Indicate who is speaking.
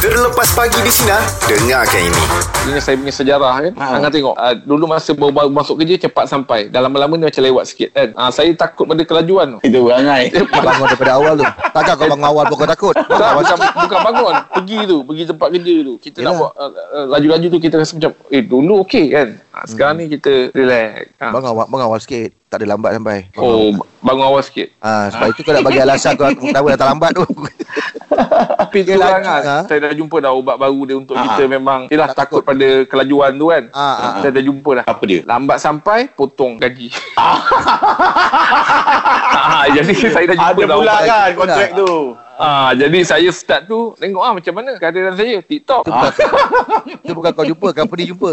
Speaker 1: Terlepas pagi di sini Dengarkan ini
Speaker 2: Ini saya punya sejarah kan
Speaker 3: Ha.
Speaker 2: ha. Angah tengok uh, Dulu masa baru-baru masuk kerja Cepat sampai Dah lama-lama ni macam lewat sikit kan uh, Saya takut pada kelajuan tu
Speaker 3: Itu perangai.
Speaker 4: Bangun daripada awal tu Takkan kau bangun awal pun kau takut
Speaker 2: tak, bukan, bukan bangun Pergi tu Pergi tempat kerja tu Kita Yelah. nak
Speaker 4: Yelah.
Speaker 2: buat uh, uh, Laju-laju tu kita rasa macam Eh dulu okey kan ha, Sekarang hmm. ni kita relax ha.
Speaker 4: Bangun awal, bangun awal sikit Tak ada lambat sampai
Speaker 2: Oh bangun awal sikit
Speaker 4: Ah, sebab itu kau nak bagi alasan kau kenapa datang lambat tu.
Speaker 2: Tapi tu
Speaker 4: Yelah,
Speaker 2: lah kan
Speaker 4: ha.
Speaker 2: Saya dah jumpa dah Ubat baru dia untuk
Speaker 3: Ha.
Speaker 2: kita memang Yelah
Speaker 4: Tak
Speaker 2: takut pada kelajuan tu kan
Speaker 4: Ah, ah,
Speaker 2: Saya dah jumpa dah
Speaker 3: Apa dia?
Speaker 2: Lambat sampai Potong gaji Ah, Jadi saya dah jumpa
Speaker 3: Ada
Speaker 2: dah
Speaker 3: pula
Speaker 2: ubat.
Speaker 3: kan kontrak tu.
Speaker 2: Ah, jadi saya start tu tengok ah macam mana keadaan saya TikTok.
Speaker 4: itu bukan kau jumpa, company jumpa.